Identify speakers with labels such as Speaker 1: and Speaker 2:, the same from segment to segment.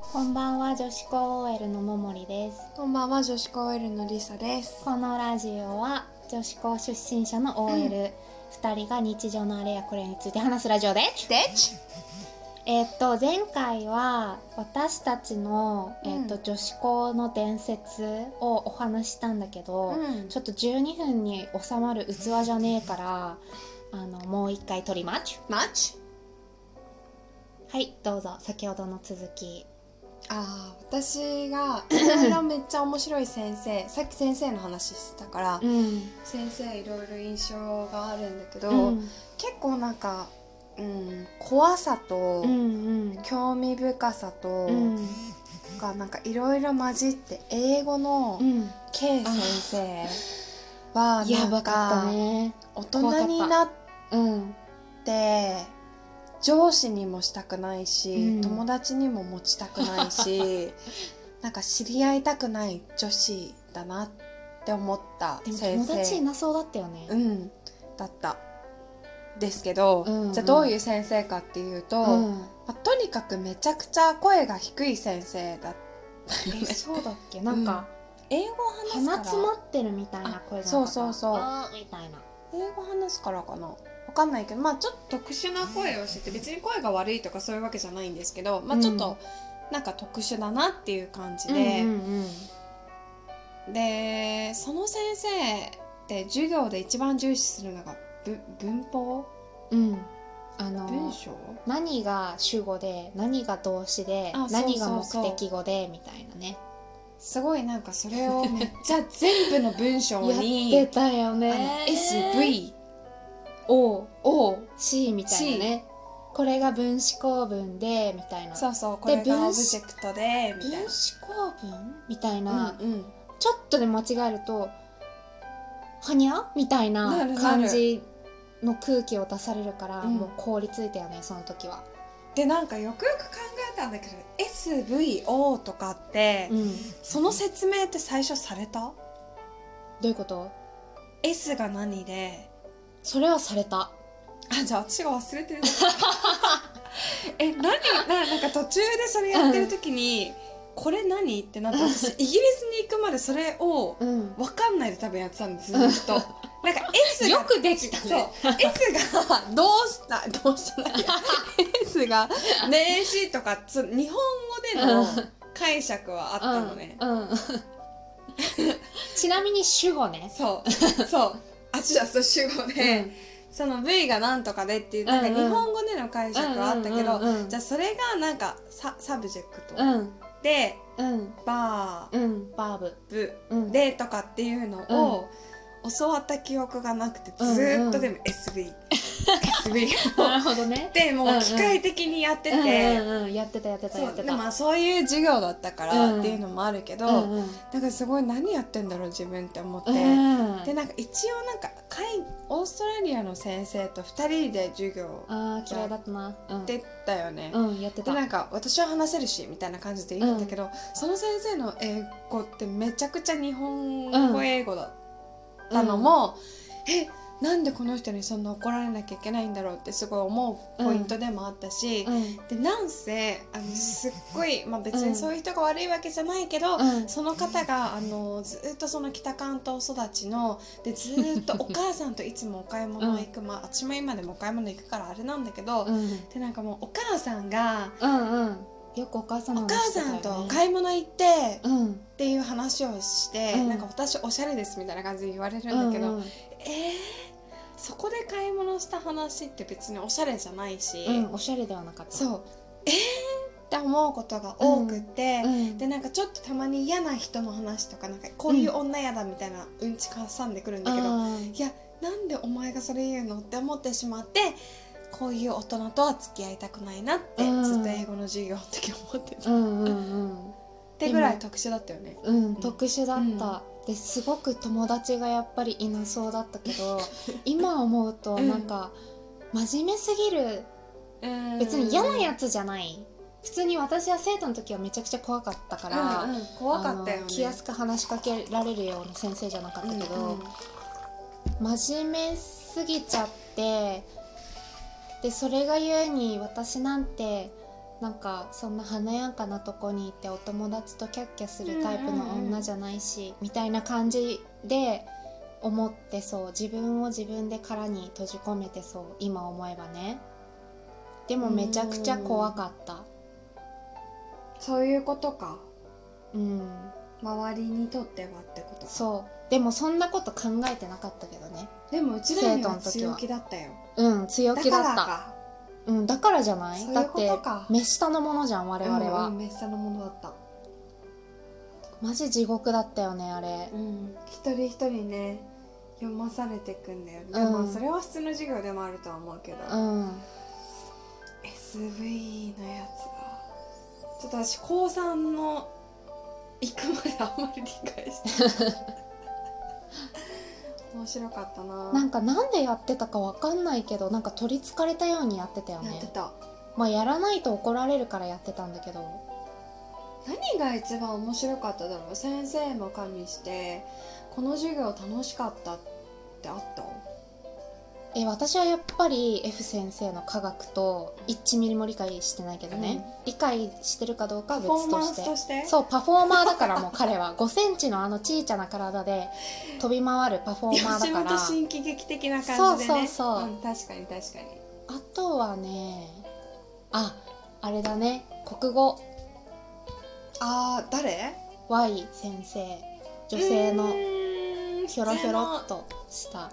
Speaker 1: こんばんは女子高 OL のももりです
Speaker 2: こんばんは女子高 L のりさです。
Speaker 1: このラジオは女子高出身者の OL2 人が日常のあれやこれについて話すラジオです
Speaker 2: でち
Speaker 1: えっと前回は私たちの、
Speaker 2: うん
Speaker 1: えっと女子校の伝説をお話ししたんだけど、
Speaker 2: うん
Speaker 1: ちょっと12分に収まる器じゃねえからあのもう一回撮ります
Speaker 2: マッチ
Speaker 1: はいどうぞ先ほどの続き
Speaker 2: ああ私 がいろいろめっちゃ面白い先生さっき先生の話してたから、
Speaker 1: ん
Speaker 2: 先生いろいろ印象があるんだけど、
Speaker 1: うん
Speaker 2: 結構なんか、うん、怖さと、
Speaker 1: うん
Speaker 2: 興味深さと、
Speaker 1: うん
Speaker 2: がなんかいろいろ混じって英語の
Speaker 1: うん
Speaker 2: K 先生は
Speaker 1: や
Speaker 2: な
Speaker 1: ば
Speaker 2: ん
Speaker 1: かった
Speaker 2: か
Speaker 1: ね
Speaker 2: 大人になって
Speaker 1: うん
Speaker 2: って上司にもしたくないし、
Speaker 1: うん
Speaker 2: 友達にも持ちたくな いしなんか知り合いたくない女子だなって思った
Speaker 1: でも
Speaker 2: 先
Speaker 1: 友達い
Speaker 2: 生
Speaker 1: なそうだったよね
Speaker 2: うんだったですけど、
Speaker 1: うんうん
Speaker 2: じゃあどういう先生かっていうと、ま
Speaker 1: ん
Speaker 2: あ、とにかくめちゃくちゃ声が低い先生だったよ
Speaker 1: え
Speaker 2: ね
Speaker 1: そうだっ けなんか、
Speaker 2: 英語を話す
Speaker 1: 鼻
Speaker 2: から
Speaker 1: 詰まってるみたいな声じゃなかった
Speaker 2: あそうそうそう
Speaker 1: あーみたいな
Speaker 2: 英語話すからかなわかんないけどまあちょっと特殊な声をしてて別に声が悪いとかそういうわけじゃないんですけどまあちょっとなんか特殊だなっていう感じで、
Speaker 1: うんうんうん
Speaker 2: でその先生って授業で一番重視するのがぶ文法
Speaker 1: うん、あ
Speaker 2: 文
Speaker 1: の
Speaker 2: 章
Speaker 1: 何が主語で何が動詞で
Speaker 2: あ
Speaker 1: 何が
Speaker 2: そう
Speaker 1: 目
Speaker 2: そうそう
Speaker 1: 的語でみたいなね
Speaker 2: すごいなんかそれをめっちゃ全部の文章に
Speaker 1: やってたよ
Speaker 2: あの
Speaker 1: ね
Speaker 2: SV
Speaker 1: O
Speaker 2: O
Speaker 1: C みたいなねこれが分子構文でみたいな
Speaker 2: そうそうこれがオ
Speaker 1: 分
Speaker 2: ブ
Speaker 1: 子
Speaker 2: ジェクトでみたい
Speaker 1: 分子構文みたいな
Speaker 2: な、、うんうん、
Speaker 1: ちょっとで間違えるとはにゃみたい
Speaker 2: な
Speaker 1: な
Speaker 2: るなる
Speaker 1: 感じの空気を出されるから
Speaker 2: うん
Speaker 1: もう凍りついたよねその時は、
Speaker 2: でなんかよくよく考えたんだけど SVO とかって、
Speaker 1: うん、ど
Speaker 2: その説明って最初された
Speaker 1: ういうこと
Speaker 2: ?S が何で
Speaker 1: それはされた
Speaker 2: あじゃあ私が忘れてるだけ え何ななんか途中でそれやってる時に、これ何ってなって私 イギリスに行くまでそれを
Speaker 1: うん
Speaker 2: 分かんないで多分やってたんですずっと。 なんか S が
Speaker 1: よくできた
Speaker 2: そう
Speaker 1: ね
Speaker 2: S が どうしたどうしたないや S が名詞とかつ日本語での解釈はあったのね、
Speaker 1: うんうんちなみに主語ね、
Speaker 2: そうそうあちらと主語で、その V がなんとかでっていうなんか
Speaker 1: うん
Speaker 2: 日
Speaker 1: うん
Speaker 2: 本語での解釈はあったけど、
Speaker 1: うんうんうんうん
Speaker 2: じゃあそれがなんかササブジェクト、
Speaker 1: うん
Speaker 2: で
Speaker 1: うん
Speaker 2: バー
Speaker 1: うんバーブ、
Speaker 2: ブ
Speaker 1: うん、
Speaker 2: でとかっていうのを教わった記憶がなくてずーっとでも SV、SV を
Speaker 1: なるほどね
Speaker 2: でも
Speaker 1: うんう
Speaker 2: うん機械的にやってて、
Speaker 1: うんうんうん、やってたやってたや
Speaker 2: そ
Speaker 1: っ
Speaker 2: う
Speaker 1: て
Speaker 2: で
Speaker 1: た
Speaker 2: もまあそういう授業だったか
Speaker 1: う
Speaker 2: ら
Speaker 1: ん
Speaker 2: っていうのもあるけど、
Speaker 1: うんうん
Speaker 2: なんかすごい何やってんだろう自分って思って、
Speaker 1: うん
Speaker 2: でなんか一応なんか海オーストラリアの先生と2人で授業
Speaker 1: あー嫌いだったなうん
Speaker 2: 出たよね、
Speaker 1: うんやって
Speaker 2: で
Speaker 1: た
Speaker 2: なんか私は話せるしみたいな感じで言うんだけど、その先生の英語ってめちゃくちゃ日本
Speaker 1: う
Speaker 2: 語
Speaker 1: ん
Speaker 2: 英語だったのも、えなんでこの人にそんな怒られなきゃいけないんだろうってすごい思うポイントでもあったし、
Speaker 1: うんうん
Speaker 2: でなんせあのすっごい、まあ、別にそういう人が悪いわけじゃないけど、
Speaker 1: うん
Speaker 2: その方があのずっとその北関東育ちのでずっとお母さんといつもお買い物行く、まあ私も今でもお買い物行くからあれなんだけど、
Speaker 1: うん
Speaker 2: でなんかもうお母さんが
Speaker 1: うんうんよくお母さん
Speaker 2: お
Speaker 1: の
Speaker 2: 母
Speaker 1: 話してたよ
Speaker 2: さ
Speaker 1: ね
Speaker 2: んと買い物行って
Speaker 1: うん
Speaker 2: っていう話をして、
Speaker 1: うん
Speaker 2: なんか私おしゃれですみたいな感じで言われるんだけど、
Speaker 1: うんうん
Speaker 2: えー、そこで買い物した話って別におしゃれじゃないし、
Speaker 1: うんおしゃれではなかった
Speaker 2: そうえー、って思うことが多くて、
Speaker 1: うん
Speaker 2: でなんかちょっとたまに嫌な人の話とかなんかこういう女嫌だみたいなうんち挟んでくるんだけど、
Speaker 1: あ
Speaker 2: いやなんでお前がそれ言うのって思ってしまってこういう大人とは付き合いたくないなって、
Speaker 1: うん
Speaker 2: ずっと英語の授業の時思ってた、
Speaker 1: ーう
Speaker 2: っ
Speaker 1: んうん
Speaker 2: てぐらい特殊だったよね。
Speaker 1: うんうん特殊だったですごく友達がやっぱりいなそうだったけど今思うと
Speaker 2: うん
Speaker 1: なんか真面目すぎる別に嫌なやつじゃない普通に私は生徒の時はめちゃくちゃ怖かったか、
Speaker 2: からうんうん、怖かったよ
Speaker 1: あの
Speaker 2: ね。
Speaker 1: 気安く話しかけられるような先生じゃなかったけど、
Speaker 2: うんうん
Speaker 1: 真面目すぎちゃってでそれがゆえに私なんてなんかそんな華やかなとこに行ってお友達とキャッキャするタイプの女じゃないし、みたいな感じで思ってそう自分を自分で殻に閉じ込めてそう今思えばねでもめちゃくちゃ怖かった
Speaker 2: そういうことか
Speaker 1: うん
Speaker 2: 周りにとってはってことか
Speaker 1: そうでもそんなこと考えてなかったけどね
Speaker 2: でもうちらには
Speaker 1: 生徒の時は
Speaker 2: 強気だったよ
Speaker 1: うん強気だ
Speaker 2: だ
Speaker 1: っ
Speaker 2: から
Speaker 1: た
Speaker 2: か
Speaker 1: うんだからじゃない
Speaker 2: そうい
Speaker 1: だ
Speaker 2: う
Speaker 1: っ
Speaker 2: こ
Speaker 1: て
Speaker 2: とか
Speaker 1: 目下のものじゃん我々は、
Speaker 2: うんうん、めっちゃのものだった
Speaker 1: マジ地獄だったよねあれ
Speaker 2: うん一人一人ね読まされてくんだよね、
Speaker 1: うん
Speaker 2: まあそれは普通の授業でもあるとは思うけど、
Speaker 1: うん
Speaker 2: SV のやつがちょっと私高3の行くまであんまり理解してない 面白かったな
Speaker 1: なんかなんでやってたかわかんないけどなんか取りつかれたようにやってたよ
Speaker 2: やって
Speaker 1: ね
Speaker 2: た
Speaker 1: まあやらないと怒られるからやってたんだけど
Speaker 2: 何が一番面白かっただろう先生も加味してこの授業楽しかったってあった
Speaker 1: え私はやっぱり F 先生の科学と1ミリも理解してないけどね、理解してるかどうかは
Speaker 2: パフォー
Speaker 1: 別と
Speaker 2: マ
Speaker 1: し
Speaker 2: ンスと
Speaker 1: て
Speaker 2: して
Speaker 1: そうパフォーマーだからもう彼は5セ ンチのあの小さな体で飛び回るパフォーマー
Speaker 2: 吉
Speaker 1: だから
Speaker 2: 本新喜劇的な感じでね、
Speaker 1: そうそうそうん
Speaker 2: 確かに確かに
Speaker 1: あとはねああれだね国語
Speaker 2: ああ誰
Speaker 1: Y 先生女性
Speaker 2: う
Speaker 1: の
Speaker 2: ーん
Speaker 1: ひょろひょろっ
Speaker 2: 普
Speaker 1: とした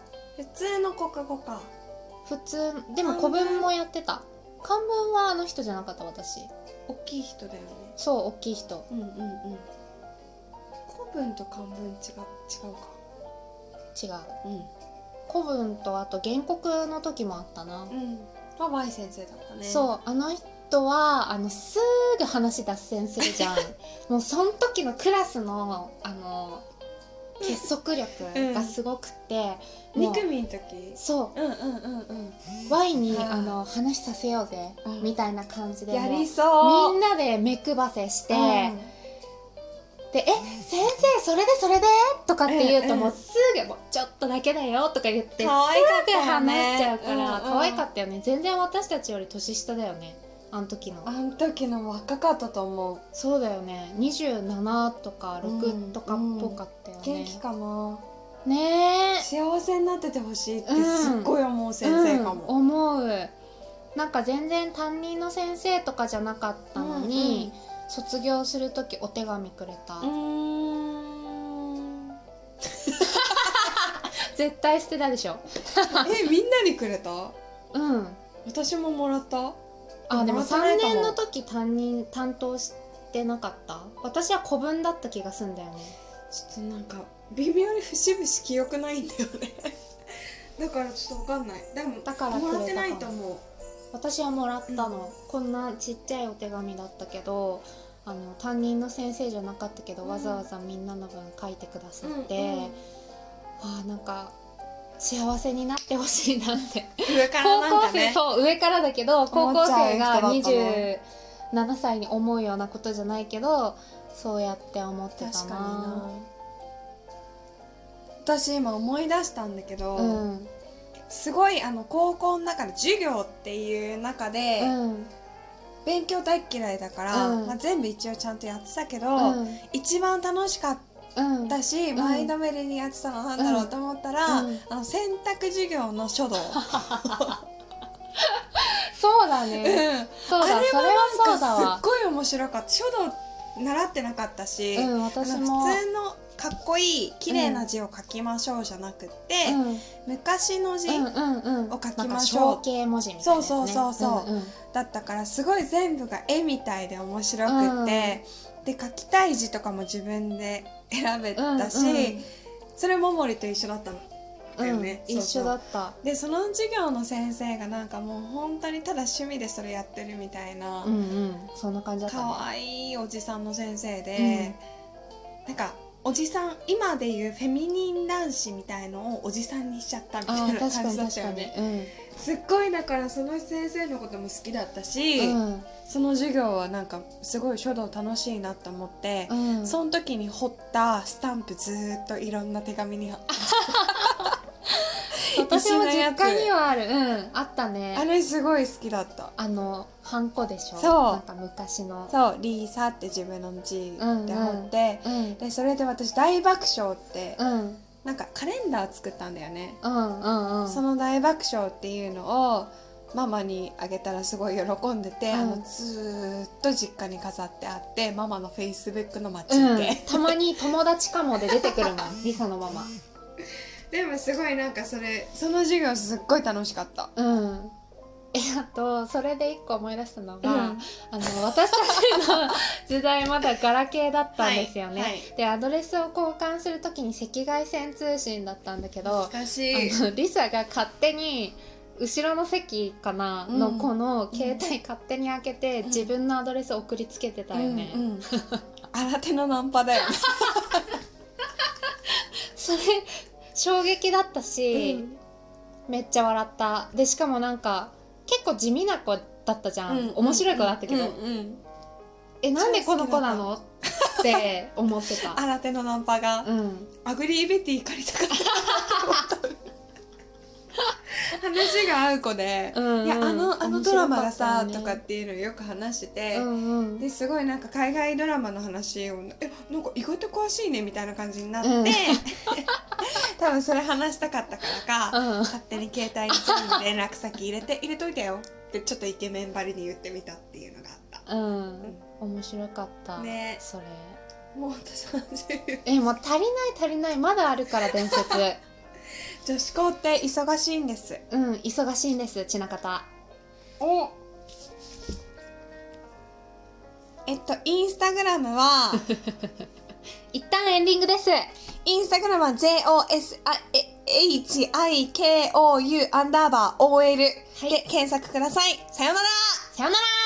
Speaker 2: 通の普通の国語か
Speaker 1: 普通でも古文もやってた漢文はあの人じゃなかった私
Speaker 2: 大きい人だよね
Speaker 1: そう大きい人
Speaker 2: うんうんうん古文と漢文違う違
Speaker 1: 違
Speaker 2: うか
Speaker 1: う
Speaker 2: うん
Speaker 1: 古文とあと原告の時もあったな、
Speaker 2: うんは Y 先生だったね
Speaker 1: そうあの人はあのすぐ話脱線するじゃ んもうその時のクラスのあの結束力がすごくて、も
Speaker 2: 2
Speaker 1: う
Speaker 2: 組の時
Speaker 1: そ
Speaker 2: うんうんうんうん
Speaker 1: う Y に
Speaker 2: はい
Speaker 1: あの話させようぜ、
Speaker 2: うん
Speaker 1: みたいな感じで
Speaker 2: やり
Speaker 1: も
Speaker 2: そう
Speaker 1: うみんなで目配せして、
Speaker 2: うん
Speaker 1: で「え先生それでそれで?」とかって言うと
Speaker 2: うん
Speaker 1: もうすぐ「もうちょっとだけだよ」とか言ってすぐ
Speaker 2: 可愛かったよ
Speaker 1: 話
Speaker 2: ね
Speaker 1: しちゃうから
Speaker 2: うんうん
Speaker 1: 可愛かったよね全然私たちより年下だよねあの時の
Speaker 2: あん時の若かったと思う
Speaker 1: そうだよね27とか
Speaker 2: うん
Speaker 1: 6とかっぽかったよ
Speaker 2: 元
Speaker 1: ね
Speaker 2: 気かな
Speaker 1: ねえ
Speaker 2: 幸せになっててほしいって
Speaker 1: うん
Speaker 2: すっごい思う先生か
Speaker 1: うん
Speaker 2: も
Speaker 1: 思うなんか全然担任の先生とかじゃなかったのに卒業する時お手紙くれた
Speaker 2: うんうんうーん
Speaker 1: 絶対捨てたでしょ
Speaker 2: えみんなにくれた
Speaker 1: うん
Speaker 2: 私ももらった
Speaker 1: あでも
Speaker 2: もらってな
Speaker 1: 3
Speaker 2: いかも
Speaker 1: 年の時担任担当してなかった私は古文だった気がすんだよね
Speaker 2: ちょっとなんか微妙に節々記憶ないんだよね だからちょっとわかんないでも
Speaker 1: だから
Speaker 2: もらって
Speaker 1: くれたか
Speaker 2: な
Speaker 1: も
Speaker 2: いと思う
Speaker 1: 私はもらったの、こんなちっちゃいお手紙だったけどあの担任の先生じゃなかったけど、
Speaker 2: うん
Speaker 1: わざわざみんなの分書いてくださって、
Speaker 2: うんうん
Speaker 1: あーなんか幸せになってほしいなって
Speaker 2: 上か
Speaker 1: 高
Speaker 2: らなん
Speaker 1: 校
Speaker 2: か
Speaker 1: 生
Speaker 2: ね
Speaker 1: そう上からだけど高校生が
Speaker 2: 思っちゃう人だっ
Speaker 1: 27歳に思うようなことじゃないけどそうやって思ってた
Speaker 2: 確かに
Speaker 1: な
Speaker 2: な私今思い出したんだけど、
Speaker 1: うん
Speaker 2: すごいあの高校の中で授業っていう中で、
Speaker 1: うん
Speaker 2: 勉強大っ嫌いだから、
Speaker 1: うん
Speaker 2: まあ、全部一応ちゃんとやってたけど、
Speaker 1: うん
Speaker 2: 一番楽しかっ
Speaker 1: うん
Speaker 2: たし、
Speaker 1: ん
Speaker 2: 前のめりにやってたのなんだろうと思ったら、
Speaker 1: うん
Speaker 2: あの選択授業の 書道、
Speaker 1: そうだ
Speaker 2: う
Speaker 1: ね、
Speaker 2: ん
Speaker 1: そうだ
Speaker 2: あれ
Speaker 1: それはそう
Speaker 2: はな
Speaker 1: んだ
Speaker 2: かす
Speaker 1: わ
Speaker 2: っごい面白かった書道習ってなかったし、
Speaker 1: う
Speaker 2: あ
Speaker 1: ん
Speaker 2: の
Speaker 1: 私
Speaker 2: 普
Speaker 1: も
Speaker 2: 通のかっこいい綺麗な字を書きましょうじゃなくって、
Speaker 1: うん
Speaker 2: 昔の字
Speaker 1: うんうんうん
Speaker 2: を書きましょう
Speaker 1: なんか象形文字みたいなやつね
Speaker 2: そうそうそうそうん
Speaker 1: ん
Speaker 2: だったからすごい全部が絵みたいで面白くって、で書きたい字とかも自分で選べたし、それももりと一緒だったの。
Speaker 1: うん
Speaker 2: だ
Speaker 1: う
Speaker 2: よ
Speaker 1: ん
Speaker 2: ね
Speaker 1: 一
Speaker 2: そうそう
Speaker 1: 緒だった
Speaker 2: でその授業の先生がなんかもう本当にただ趣味でそれやってるみたいな
Speaker 1: うんうんそんな感じだったね
Speaker 2: 可愛、いおじさんの先生で、なんかおじさん今でいうフェミニン男子みたいのをおじさんにしちゃったみ
Speaker 1: あ
Speaker 2: たい
Speaker 1: ー
Speaker 2: な感
Speaker 1: 確か
Speaker 2: じ
Speaker 1: に
Speaker 2: だっ
Speaker 1: 確
Speaker 2: た
Speaker 1: か
Speaker 2: よ
Speaker 1: に
Speaker 2: ね。すっごいだからその先生のことも好きだったし、
Speaker 1: うん
Speaker 2: その授業はなんかすごい書道楽しいなと思って
Speaker 1: う、んうん
Speaker 2: その時に彫ったスタンプずーっといろんな手紙に貼って
Speaker 1: 私も実
Speaker 2: 石のや
Speaker 1: 家
Speaker 2: つ
Speaker 1: にはあるうんあったね
Speaker 2: あれすごい好きだった
Speaker 1: あのハンコでしょ
Speaker 2: そう
Speaker 1: なんか昔の
Speaker 2: そう「リーサ」って自分の字で彫って、
Speaker 1: うん
Speaker 2: でそれで私大爆笑って、
Speaker 1: うん
Speaker 2: なんかカレンダー作ったんだよね、
Speaker 1: うんうんうん
Speaker 2: その大爆笑っていうのをママにあげたらすごい喜んでて、
Speaker 1: うん
Speaker 2: あのずーっと実家に飾ってあってママのフェイスブックのマッチ
Speaker 1: うん
Speaker 2: って、
Speaker 1: たまに友達かもで出てくるもんリサのママ
Speaker 2: でもすごいなんかそれその授業すっごい楽しかった、
Speaker 1: うんえあとそれで一個思い出したのが、
Speaker 2: うん
Speaker 1: あの私たちの時代まだガラケーだったんですよね、
Speaker 2: はいはい
Speaker 1: でアドレスを交換するときに赤外線通信だったんだけど
Speaker 2: 懐かしい
Speaker 1: あのリサが勝手に後ろの席かなの
Speaker 2: うん
Speaker 1: 子の携帯勝手に開けて、
Speaker 2: ん
Speaker 1: 自分のアドレス送りつけてたよね、
Speaker 2: うんうん、新手のナンパだよね
Speaker 1: それ衝撃だった し、めっちゃ笑ったでしかもなんか結構地味な子だったじゃん、面白い子だったけど、
Speaker 2: うんうん
Speaker 1: えなんでこの子なのって思って た、
Speaker 2: 新手のナンパが、
Speaker 1: うん、
Speaker 2: アグリーベティ借りたか った話が合う子で、
Speaker 1: うんうん
Speaker 2: いやあのあのドラマがさ、
Speaker 1: 面
Speaker 2: と
Speaker 1: 白
Speaker 2: か
Speaker 1: か
Speaker 2: っ
Speaker 1: って
Speaker 2: いうのをよく話し
Speaker 1: た
Speaker 2: てて、
Speaker 1: よねうんうん
Speaker 2: ですごいなんか海外ドラマの話をえなんか意外と詳しいねみたいな感じになって、
Speaker 1: うん
Speaker 2: 多分それ話したかったからか、
Speaker 1: うん
Speaker 2: 勝手に携帯に全部連絡先入れて入れといたよってちょっとイケメンばりに言ってみたっていうのがあっ
Speaker 1: うん、面白かった、
Speaker 2: ね
Speaker 1: それ
Speaker 2: たもう私30
Speaker 1: えもう足りない足りないまだあるから伝 説
Speaker 2: 女子校って忙しいんです
Speaker 1: うん忙しいんですちなかた
Speaker 2: おえっとインスタグラムは
Speaker 1: 一旦エンディングです
Speaker 2: インスタグラムは JOSHIKOU アンダーバー OL で
Speaker 1: い
Speaker 2: 検索ください、さようなら
Speaker 1: さよなら